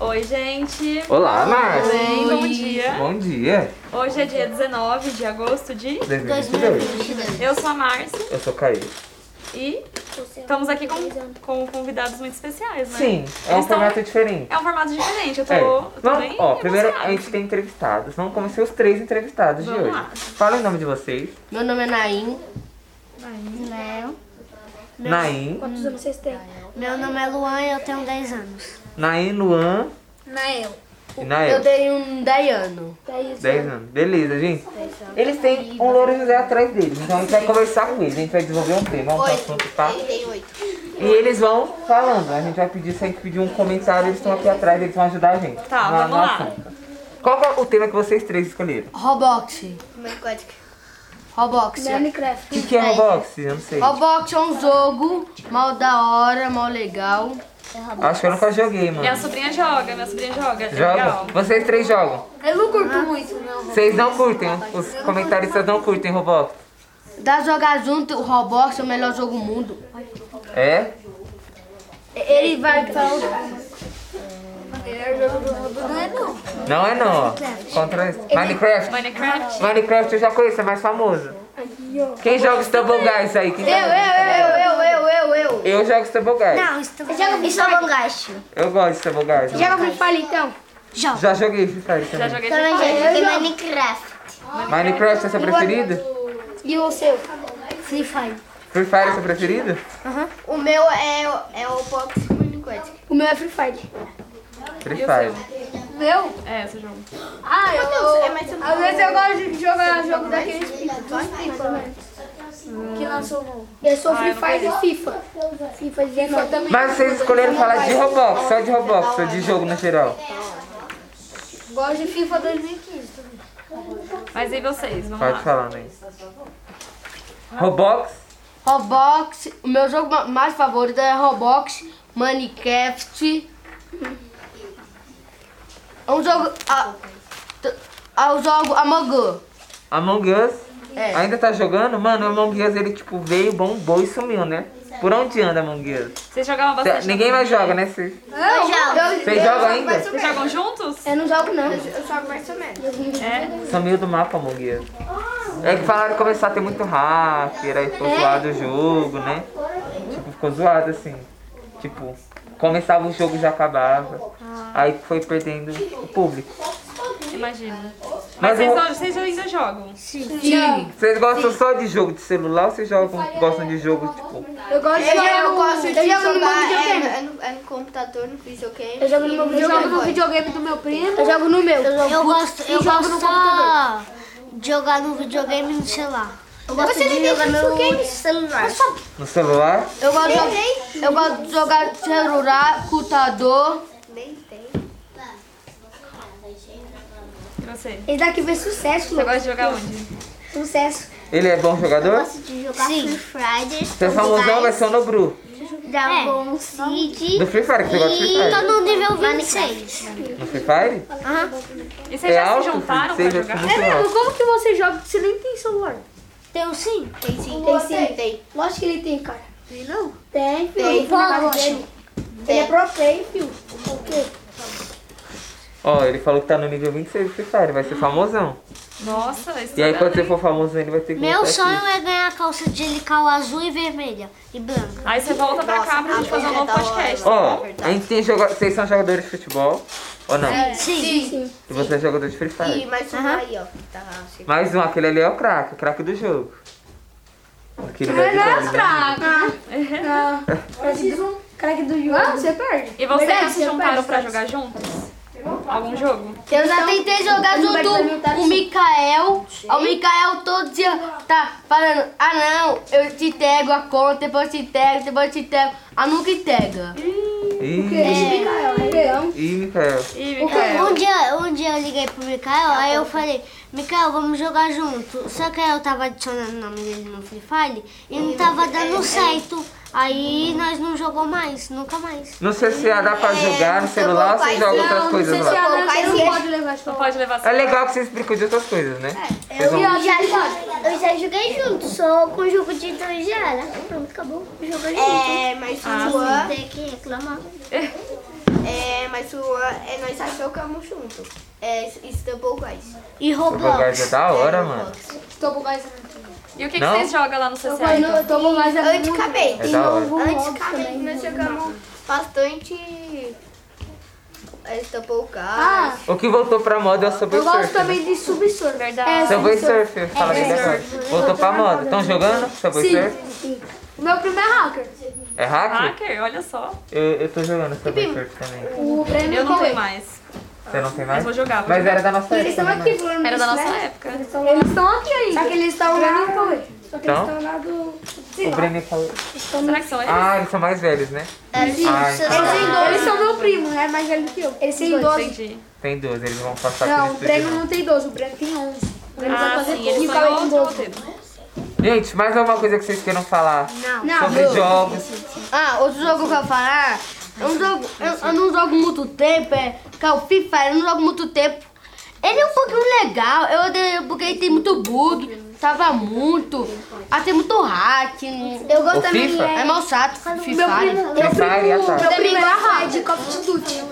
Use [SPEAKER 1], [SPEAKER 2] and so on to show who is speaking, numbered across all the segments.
[SPEAKER 1] Oi, gente.
[SPEAKER 2] Olá, Márcia.
[SPEAKER 1] Bem, bom dia.
[SPEAKER 2] Bom dia.
[SPEAKER 1] Hoje é dia 19 de agosto de.
[SPEAKER 2] 2022.
[SPEAKER 1] Eu sou a Márcia
[SPEAKER 2] Eu sou o Caio.
[SPEAKER 1] e estamos aqui com, com convidados muito especiais, né?
[SPEAKER 2] Sim, é um
[SPEAKER 1] Eles tão-
[SPEAKER 2] formato diferente.
[SPEAKER 1] É um formato diferente, eu tô,
[SPEAKER 2] É.
[SPEAKER 1] eu tô
[SPEAKER 2] Não,
[SPEAKER 1] bem.
[SPEAKER 2] ó, primeiro a
[SPEAKER 1] emocionada.
[SPEAKER 2] gente tem entrevistados. Vamos conhecer os três entrevistados de
[SPEAKER 1] Vamos
[SPEAKER 2] hoje.
[SPEAKER 1] lá.
[SPEAKER 2] Fala o nome de vocês.
[SPEAKER 3] Meu nome é Naim.
[SPEAKER 1] Aí.
[SPEAKER 2] Nain,
[SPEAKER 1] é
[SPEAKER 4] Quantos anos vocês têm?
[SPEAKER 3] Meu nome é Luan e eu tenho 10 anos.
[SPEAKER 2] Nain, Luan
[SPEAKER 4] Nael.
[SPEAKER 2] e
[SPEAKER 3] Eu
[SPEAKER 2] Nael.
[SPEAKER 3] tenho 10 anos.
[SPEAKER 4] Dez
[SPEAKER 2] 10 anos. Beleza, gente. Eles têm um Louro José atrás deles, então a gente vai conversar com eles. A gente vai desenvolver um tema, um assunto, tá?
[SPEAKER 3] tenho 8.
[SPEAKER 2] E eles vão falando. A gente vai pedir, se a gente pedir um comentário, eles estão aqui atrás, eles vão ajudar a gente.
[SPEAKER 1] Tá,
[SPEAKER 2] na-
[SPEAKER 1] vamos
[SPEAKER 2] no
[SPEAKER 1] lá.
[SPEAKER 2] assunto. Qual é o tema que vocês três escolheram?
[SPEAKER 3] Roblox.
[SPEAKER 4] Minecraft.
[SPEAKER 3] Roblox.
[SPEAKER 4] Minecraft.
[SPEAKER 2] O que, que é Roblox? Eu não sei.
[SPEAKER 3] Roblox é um jogo mal da hora, mal legal.
[SPEAKER 2] Acho que eu nunca joguei, mano.
[SPEAKER 1] Minha sobrinha joga, minha sobrinha joga. é
[SPEAKER 2] Joga?
[SPEAKER 1] Legal.
[SPEAKER 2] Vocês três jogam?
[SPEAKER 3] Eu não curto muito, não.
[SPEAKER 2] Vocês não curtem? Os comentaristas não curtem Roblox?
[SPEAKER 3] Dá jogar junto, o Roblox é o melhor jogo do mundo.
[SPEAKER 2] É?
[SPEAKER 3] Ele vai falar.
[SPEAKER 2] Não é não, ó. Contra isso. Minecraft.
[SPEAKER 1] Minecraft.
[SPEAKER 2] Minecraft eu já conheço, é mais famoso. Quem joga Stumble Guys aí? Quem
[SPEAKER 3] Eu,
[SPEAKER 2] joga?
[SPEAKER 3] eu, eu, eu, eu, eu, eu.
[SPEAKER 2] Eu jogo Stumble Guys.
[SPEAKER 3] Eu jogo Bissabangash.
[SPEAKER 2] Eu gosto de Stumble Guys.
[SPEAKER 3] Joga Free Fire então? Ah, Joga.
[SPEAKER 2] Já joguei Free Fire
[SPEAKER 1] Já joguei
[SPEAKER 2] também.
[SPEAKER 1] de
[SPEAKER 3] joguei Minecraft.
[SPEAKER 2] Minecraft é seu preferido?
[SPEAKER 3] E o seu? Free Fire.
[SPEAKER 2] Free Fire é seu preferido?
[SPEAKER 3] O meu é, é o Pox Minecraft. O meu é Free Fire.
[SPEAKER 2] Free
[SPEAKER 1] E o seu?
[SPEAKER 2] Fire.
[SPEAKER 3] Meu?
[SPEAKER 1] É, esse jogo.
[SPEAKER 3] Ah, eu,
[SPEAKER 5] é
[SPEAKER 3] Às vezes eu gosto de jogar jogo daqueles
[SPEAKER 4] Eu sou Free Fire e FIFA. FIFA 19. também.
[SPEAKER 2] Mas vocês escolheram falar de Roblox, só de Roblox, ou de jogo no geral.
[SPEAKER 3] Gosto de FIFA 2015.
[SPEAKER 1] Mas e vocês? Vamos
[SPEAKER 2] Pode
[SPEAKER 1] lá.
[SPEAKER 2] falar, né? Roblox,
[SPEAKER 3] Roblox, o meu jogo ma- mais favorito é Roblox Minecraft. É um jogo. Ah, t- ah, eu jogo Among Us.
[SPEAKER 2] Among Us.
[SPEAKER 3] É.
[SPEAKER 4] Ah,
[SPEAKER 2] Ainda tá jogando? Mano, o Among Us ele tipo veio, bombou e sumiu, né? Por onde anda Among Us?
[SPEAKER 1] Vocês jogavam
[SPEAKER 2] Cê-
[SPEAKER 1] bastante?
[SPEAKER 2] Ninguém mais joga, né? Vocês
[SPEAKER 3] Eu jogo.
[SPEAKER 2] vocês jogam ainda?
[SPEAKER 1] Vocês jogam juntos?
[SPEAKER 4] Eu não jogo, não.
[SPEAKER 1] É.
[SPEAKER 2] Sumiu do mapa Among Us. É que falaram que começou a ter muito hacker, aí
[SPEAKER 1] É?
[SPEAKER 2] ficou zoado o jogo, né? Tipo, ficou zoado assim. Tipo, começava o jogo e já acabava.
[SPEAKER 1] Ah.
[SPEAKER 2] Aí foi perdendo o público.
[SPEAKER 1] Imagina. Mas
[SPEAKER 2] Mas
[SPEAKER 1] vocês,
[SPEAKER 2] o-
[SPEAKER 1] não- vocês ainda jogam?
[SPEAKER 3] Sim.
[SPEAKER 2] vocês gostam só de jogo de celular ou vocês jogam, gostam de jogo, tipo,
[SPEAKER 4] Eu gosto de
[SPEAKER 3] Eu jogo-
[SPEAKER 4] gosto de
[SPEAKER 3] eu jogo no
[SPEAKER 4] jogar,
[SPEAKER 3] meu videogame.
[SPEAKER 4] é,
[SPEAKER 6] É no computador, no videogame.
[SPEAKER 4] Eu jogo no meu videogame.
[SPEAKER 3] videogame do meu primo.
[SPEAKER 4] Eu jogo no meu. Eu
[SPEAKER 5] Eu gosto, eu gosto só de jogar no videogame no celular. Eu gosto de jogar no celular.
[SPEAKER 2] no celular?
[SPEAKER 3] Eu gosto, de, eu gosto de jogar celular, computador.
[SPEAKER 6] Nem tem.
[SPEAKER 1] E você?
[SPEAKER 4] Esse daqui fez sucesso,
[SPEAKER 1] Você
[SPEAKER 4] mano.
[SPEAKER 1] gosta de jogar onde?
[SPEAKER 4] Sucesso.
[SPEAKER 2] Ele é bom jogador?
[SPEAKER 5] gosto de jogar Free Friday.
[SPEAKER 2] Você é famosão, vai ser o Nobru.
[SPEAKER 4] É.
[SPEAKER 5] Dragon Seed.
[SPEAKER 2] Do Free Fire, que você gosta de Free
[SPEAKER 5] E tô
[SPEAKER 2] Fire.
[SPEAKER 5] no nível 26.
[SPEAKER 2] No Free Fire?
[SPEAKER 1] E vocês
[SPEAKER 2] É
[SPEAKER 1] já
[SPEAKER 2] alto,
[SPEAKER 1] se
[SPEAKER 2] filho,
[SPEAKER 1] juntaram pra
[SPEAKER 2] vocês já
[SPEAKER 1] jogar?
[SPEAKER 2] ficam muito alto.
[SPEAKER 4] Como que você joga se nem tem celular?
[SPEAKER 5] Tenho um sim.
[SPEAKER 6] Tem sim.
[SPEAKER 4] Tem sim.
[SPEAKER 6] Tem.
[SPEAKER 4] Lógico que ele tem, cara. Tem não? Tem, filho.
[SPEAKER 6] Tem.
[SPEAKER 4] Eu fui na casa dele. Ele é pro play, filho. O quê?
[SPEAKER 2] Ó, ele falou que tá no nível 26 do Free Fire, vai ser famosão.
[SPEAKER 1] Nossa, isso
[SPEAKER 2] E aí
[SPEAKER 1] é
[SPEAKER 2] quando você
[SPEAKER 1] legal,
[SPEAKER 2] for famoso, ele vai ter que
[SPEAKER 5] Meu
[SPEAKER 2] voltar
[SPEAKER 5] sonho
[SPEAKER 2] aqui.
[SPEAKER 5] é ganhar calça de helical azul e vermelha e branca.
[SPEAKER 1] hein? Aí você volta pra cá pra gente fazer um novo podcast.
[SPEAKER 2] Ó, a gente tem jogador. Vocês são jogadores de futebol? Ou não?
[SPEAKER 5] É. Sim.
[SPEAKER 2] E você é jogador de Free Fire.
[SPEAKER 6] E mais um aí, ó. Tá lá, assim.
[SPEAKER 2] Mais um, aquele ali é o craque, o craque do jogo. Aquele velho jogo, né?
[SPEAKER 4] Crack do jogo. Ah, você perde.
[SPEAKER 1] E vocês já
[SPEAKER 4] Verdade,
[SPEAKER 1] se
[SPEAKER 4] eu
[SPEAKER 1] juntaram
[SPEAKER 4] peço,
[SPEAKER 1] pra jogar juntos? Algum jogo?
[SPEAKER 3] Eu já tentei jogar junto com o Mikael. O Mikael todo dia tá falando, ah não, eu te entrego
[SPEAKER 4] É.
[SPEAKER 3] a conta, depois eu te entrego, depois eu te entrego. Ah, nunca entrega.
[SPEAKER 2] Ih,
[SPEAKER 4] Micael.
[SPEAKER 2] Ih, Micael.
[SPEAKER 1] Ih,
[SPEAKER 5] Um
[SPEAKER 1] Micael.
[SPEAKER 5] dia, um dia eu liguei pro Mikael, aí eu falei, Mikael, vamos jogar junto. Só que aí eu tava adicionando o nome dele no Free Fire e não tava dando certo. Aí nós não jogou mais, nunca mais.
[SPEAKER 2] Não sei se dá pra jogar no celular ou você joga outras coisas
[SPEAKER 4] Se a
[SPEAKER 2] lá.
[SPEAKER 4] Nancy
[SPEAKER 6] Mas
[SPEAKER 4] não
[SPEAKER 6] e a-
[SPEAKER 4] pode levar
[SPEAKER 1] Não
[SPEAKER 4] só.
[SPEAKER 1] pode levar
[SPEAKER 2] É legal que vocês brincam de outras coisas, né? Vocês vão-
[SPEAKER 4] E a-
[SPEAKER 5] Eu já joguei junto, só com o jogo de dois já. Pronto, acabou. Joguei
[SPEAKER 6] É, mas o Juan,
[SPEAKER 5] Tem que reclamar.
[SPEAKER 4] Ah.
[SPEAKER 6] é, mas o Juan, é, nós já jogamos junto. É, Istanbul Guys.
[SPEAKER 5] E
[SPEAKER 2] Robogás é
[SPEAKER 5] Roblox.
[SPEAKER 2] da hora, mano.
[SPEAKER 4] Tomo mais.
[SPEAKER 1] E o que, que
[SPEAKER 2] Não?
[SPEAKER 1] vocês jogam lá no CCA? então?
[SPEAKER 4] Eu tomo mais a
[SPEAKER 6] Anticamente,
[SPEAKER 2] É da hora.
[SPEAKER 6] anticamente nós
[SPEAKER 4] né?
[SPEAKER 6] jogamos bastante é, Istanbul Guys.
[SPEAKER 4] Ah,
[SPEAKER 2] O que voltou pra moda é o Subway
[SPEAKER 4] eu gosto
[SPEAKER 2] Surf.
[SPEAKER 4] também de É, subsurf.
[SPEAKER 1] Verdade.
[SPEAKER 2] Subway Surf, fala bem agora. Voltou pra moda. Estão jogando Subway Surf?
[SPEAKER 4] Sim. O meu primo é hacker.
[SPEAKER 2] É hack?
[SPEAKER 1] Hacker, olha só.
[SPEAKER 2] Eu, eu tô jogando Subway Surf também.
[SPEAKER 4] O prêmio
[SPEAKER 1] Eu não
[SPEAKER 4] Cauê.
[SPEAKER 1] tenho mais.
[SPEAKER 2] Você não tem mais?
[SPEAKER 1] vou jogar, vou
[SPEAKER 2] Mas
[SPEAKER 1] jogar.
[SPEAKER 2] era da nossa época,
[SPEAKER 4] Eles estão
[SPEAKER 2] né,
[SPEAKER 4] aqui
[SPEAKER 2] mano?
[SPEAKER 4] falando.
[SPEAKER 1] Era da
[SPEAKER 4] isso,
[SPEAKER 1] nossa
[SPEAKER 4] né?
[SPEAKER 1] época.
[SPEAKER 4] Eles estão aqui ainda. Só que eles estão lá. Só que eles
[SPEAKER 2] Então?
[SPEAKER 4] estão lá do.
[SPEAKER 2] O Breno falou...
[SPEAKER 1] Será que são eles?
[SPEAKER 2] Ah, eles são mais velhos, né? Ah, então,
[SPEAKER 4] Eles, são meu primo, é mais velho que eu. Eles têm 12.
[SPEAKER 1] Entendi.
[SPEAKER 2] tem 12, eles vão passar
[SPEAKER 4] Não, o
[SPEAKER 2] por
[SPEAKER 4] Breno
[SPEAKER 2] isso.
[SPEAKER 4] não tem 12, o Breno tem 11. O Breno vai
[SPEAKER 1] Ah,
[SPEAKER 4] fazer
[SPEAKER 1] sim, eles
[SPEAKER 4] tudo. E o Cauê
[SPEAKER 1] são
[SPEAKER 4] tem
[SPEAKER 1] outro
[SPEAKER 4] 12.
[SPEAKER 1] modelo.
[SPEAKER 2] Gente, mais alguma coisa que vocês queiram falar?
[SPEAKER 4] Não,
[SPEAKER 2] Sobre jogos.
[SPEAKER 3] Ah, outro jogo que eu ia falar, eu não jogo, é eu, eu não um jogo muito tempo, é, que é o FIFA, eu não jogo muito tempo. Ele é um pouquinho legal, eu odeio porque ele tem muito bug, tava muito, ah, tem muito hack, não-
[SPEAKER 4] Eu
[SPEAKER 2] O
[SPEAKER 4] gosto também.
[SPEAKER 2] FIFA?
[SPEAKER 3] é mal chato o
[SPEAKER 4] Meu
[SPEAKER 3] FIFA. né?
[SPEAKER 4] primo,
[SPEAKER 2] Free
[SPEAKER 4] meu
[SPEAKER 2] Fire e
[SPEAKER 4] primo,
[SPEAKER 2] Atari.
[SPEAKER 4] meu primo era de Call of Duty. Meu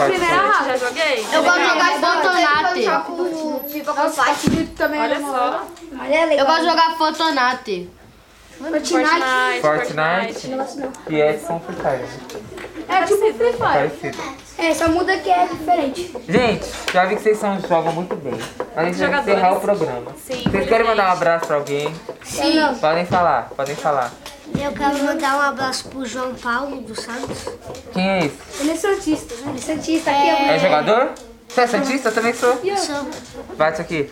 [SPEAKER 2] Pode
[SPEAKER 4] primo era
[SPEAKER 1] Ah, Já joguei?
[SPEAKER 3] Eu gosto de jogar
[SPEAKER 4] É,
[SPEAKER 3] Fortnite,
[SPEAKER 6] Jogo FIFA
[SPEAKER 4] Call of Duty também
[SPEAKER 1] Olha
[SPEAKER 4] era uma-
[SPEAKER 1] só.
[SPEAKER 4] Olha, é
[SPEAKER 3] eu
[SPEAKER 4] legal.
[SPEAKER 3] gosto de jogar Fortnite.
[SPEAKER 4] Fortnite.
[SPEAKER 2] Fortnite. E é com Free Fire, né?
[SPEAKER 4] É tipo Free Fire.
[SPEAKER 2] Parecido.
[SPEAKER 4] É, só muda que é diferente.
[SPEAKER 2] Gente, já vi que vocês são, jogam muito bem. Mas a gente vai
[SPEAKER 1] Jogadores.
[SPEAKER 2] encerrar o programa.
[SPEAKER 1] Sim,
[SPEAKER 2] vocês querem mandar um
[SPEAKER 1] infelizmente.
[SPEAKER 2] abraço pra alguém?
[SPEAKER 4] Sim. Não.
[SPEAKER 2] Podem falar, podem falar.
[SPEAKER 5] Eu quero mandar um abraço pro João Paulo do Santos.
[SPEAKER 2] Quem é esse?
[SPEAKER 4] Ele é Santista, né? Ele é Santista. Aqui é,
[SPEAKER 2] É jogador? Você é Santista? Eu também sou.
[SPEAKER 5] Sou-
[SPEAKER 2] Bate aqui.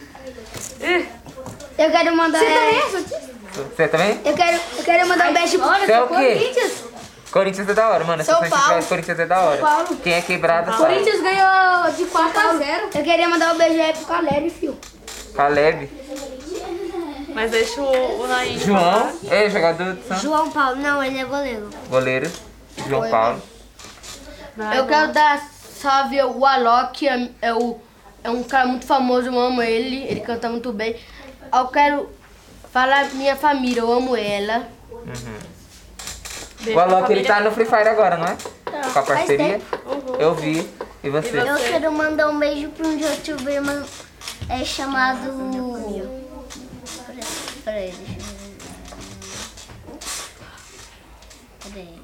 [SPEAKER 4] Eu quero mandar... Você também é Santista?
[SPEAKER 2] Você também?
[SPEAKER 4] Eu quero, eu quero mandar um beijo pro...
[SPEAKER 2] Você é o quê? Corinthians é da hora, mano. Se
[SPEAKER 6] São
[SPEAKER 2] você tiver
[SPEAKER 6] Paulo.
[SPEAKER 2] Corinthians é da hora.
[SPEAKER 4] Paulo.
[SPEAKER 2] Quem é quebrado sabe.
[SPEAKER 4] Corinthians ganhou
[SPEAKER 1] é
[SPEAKER 4] de 4 a 0.
[SPEAKER 6] é?
[SPEAKER 4] Eu queria mandar um beijo aí pro Caleri, fio.
[SPEAKER 2] Caleb.
[SPEAKER 1] Mas deixa o, o Nain.
[SPEAKER 2] João. É jogador do Santos.
[SPEAKER 5] João Paulo, não, ele é goleiro.
[SPEAKER 2] Goleiro. João Paulo.
[SPEAKER 3] Eu quero dar salve ao Alok, é, é, o, é um cara muito famoso, eu amo ele, ele canta muito bem. Eu quero falar minha família, eu amo ela.
[SPEAKER 2] Uhum. O Alok, ele tá no Free Fire agora, não é?
[SPEAKER 5] Tá.
[SPEAKER 4] Tá.
[SPEAKER 2] Com a parceria. Eu vi. E você?
[SPEAKER 5] Eu quero mandar um beijo pra um youtuber mano, é chamado. Peraí, deixa eu ver. Peraí.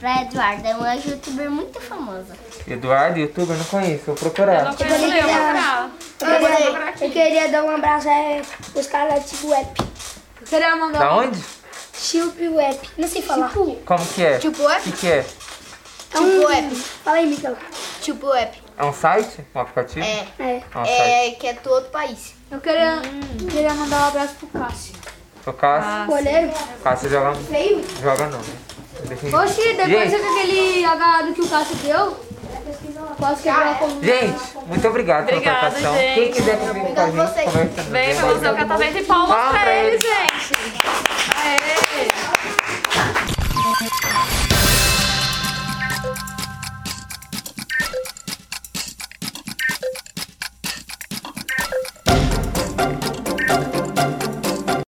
[SPEAKER 5] Pra Eduarda, é uma youtuber muito famosa.
[SPEAKER 2] Eduardo, youtuber, não conheço. Vou
[SPEAKER 1] Eu
[SPEAKER 2] procurar.
[SPEAKER 1] não conheço ele, eu vou procurar.
[SPEAKER 4] Eu queria, eu queria dar um abraço
[SPEAKER 5] é,
[SPEAKER 4] aí pros caras tipo Web. Eu queria mandar
[SPEAKER 2] Da onde?
[SPEAKER 4] Tipo Web. Não sei falar. Tipo,
[SPEAKER 2] Como que é?
[SPEAKER 6] Tipo app?
[SPEAKER 2] O que, que é?
[SPEAKER 4] Então,
[SPEAKER 6] Tipo app.
[SPEAKER 4] Fala aí, Micael.
[SPEAKER 6] Tipo app.
[SPEAKER 2] É um site? Um aplicativo?
[SPEAKER 6] É.
[SPEAKER 4] É.
[SPEAKER 2] É um site.
[SPEAKER 6] É, que é do outro país.
[SPEAKER 4] Eu queria, queria mandar um abraço pro Cássio.
[SPEAKER 2] O
[SPEAKER 5] Ah.
[SPEAKER 2] Cássio.
[SPEAKER 4] Goleiro.
[SPEAKER 2] Cássio joga,
[SPEAKER 4] Veio.
[SPEAKER 2] joga não. né? Deixa eu-
[SPEAKER 4] Oxi, depois
[SPEAKER 2] Gente.
[SPEAKER 4] que aquele agarrado que o Cássio deu, posso
[SPEAKER 1] Ah,
[SPEAKER 4] quebrar
[SPEAKER 1] é.
[SPEAKER 4] a coluna.
[SPEAKER 2] Gente, muito obrigado pela
[SPEAKER 1] Obrigada,
[SPEAKER 2] participação.
[SPEAKER 1] gente.
[SPEAKER 2] Quem quiser comigo com a gente, né?
[SPEAKER 6] vocês.
[SPEAKER 2] conversa.
[SPEAKER 1] Vem pra fazer o catamento e palmas
[SPEAKER 2] Palmas
[SPEAKER 1] pra
[SPEAKER 2] pra
[SPEAKER 1] ele,
[SPEAKER 2] ele.
[SPEAKER 1] gente.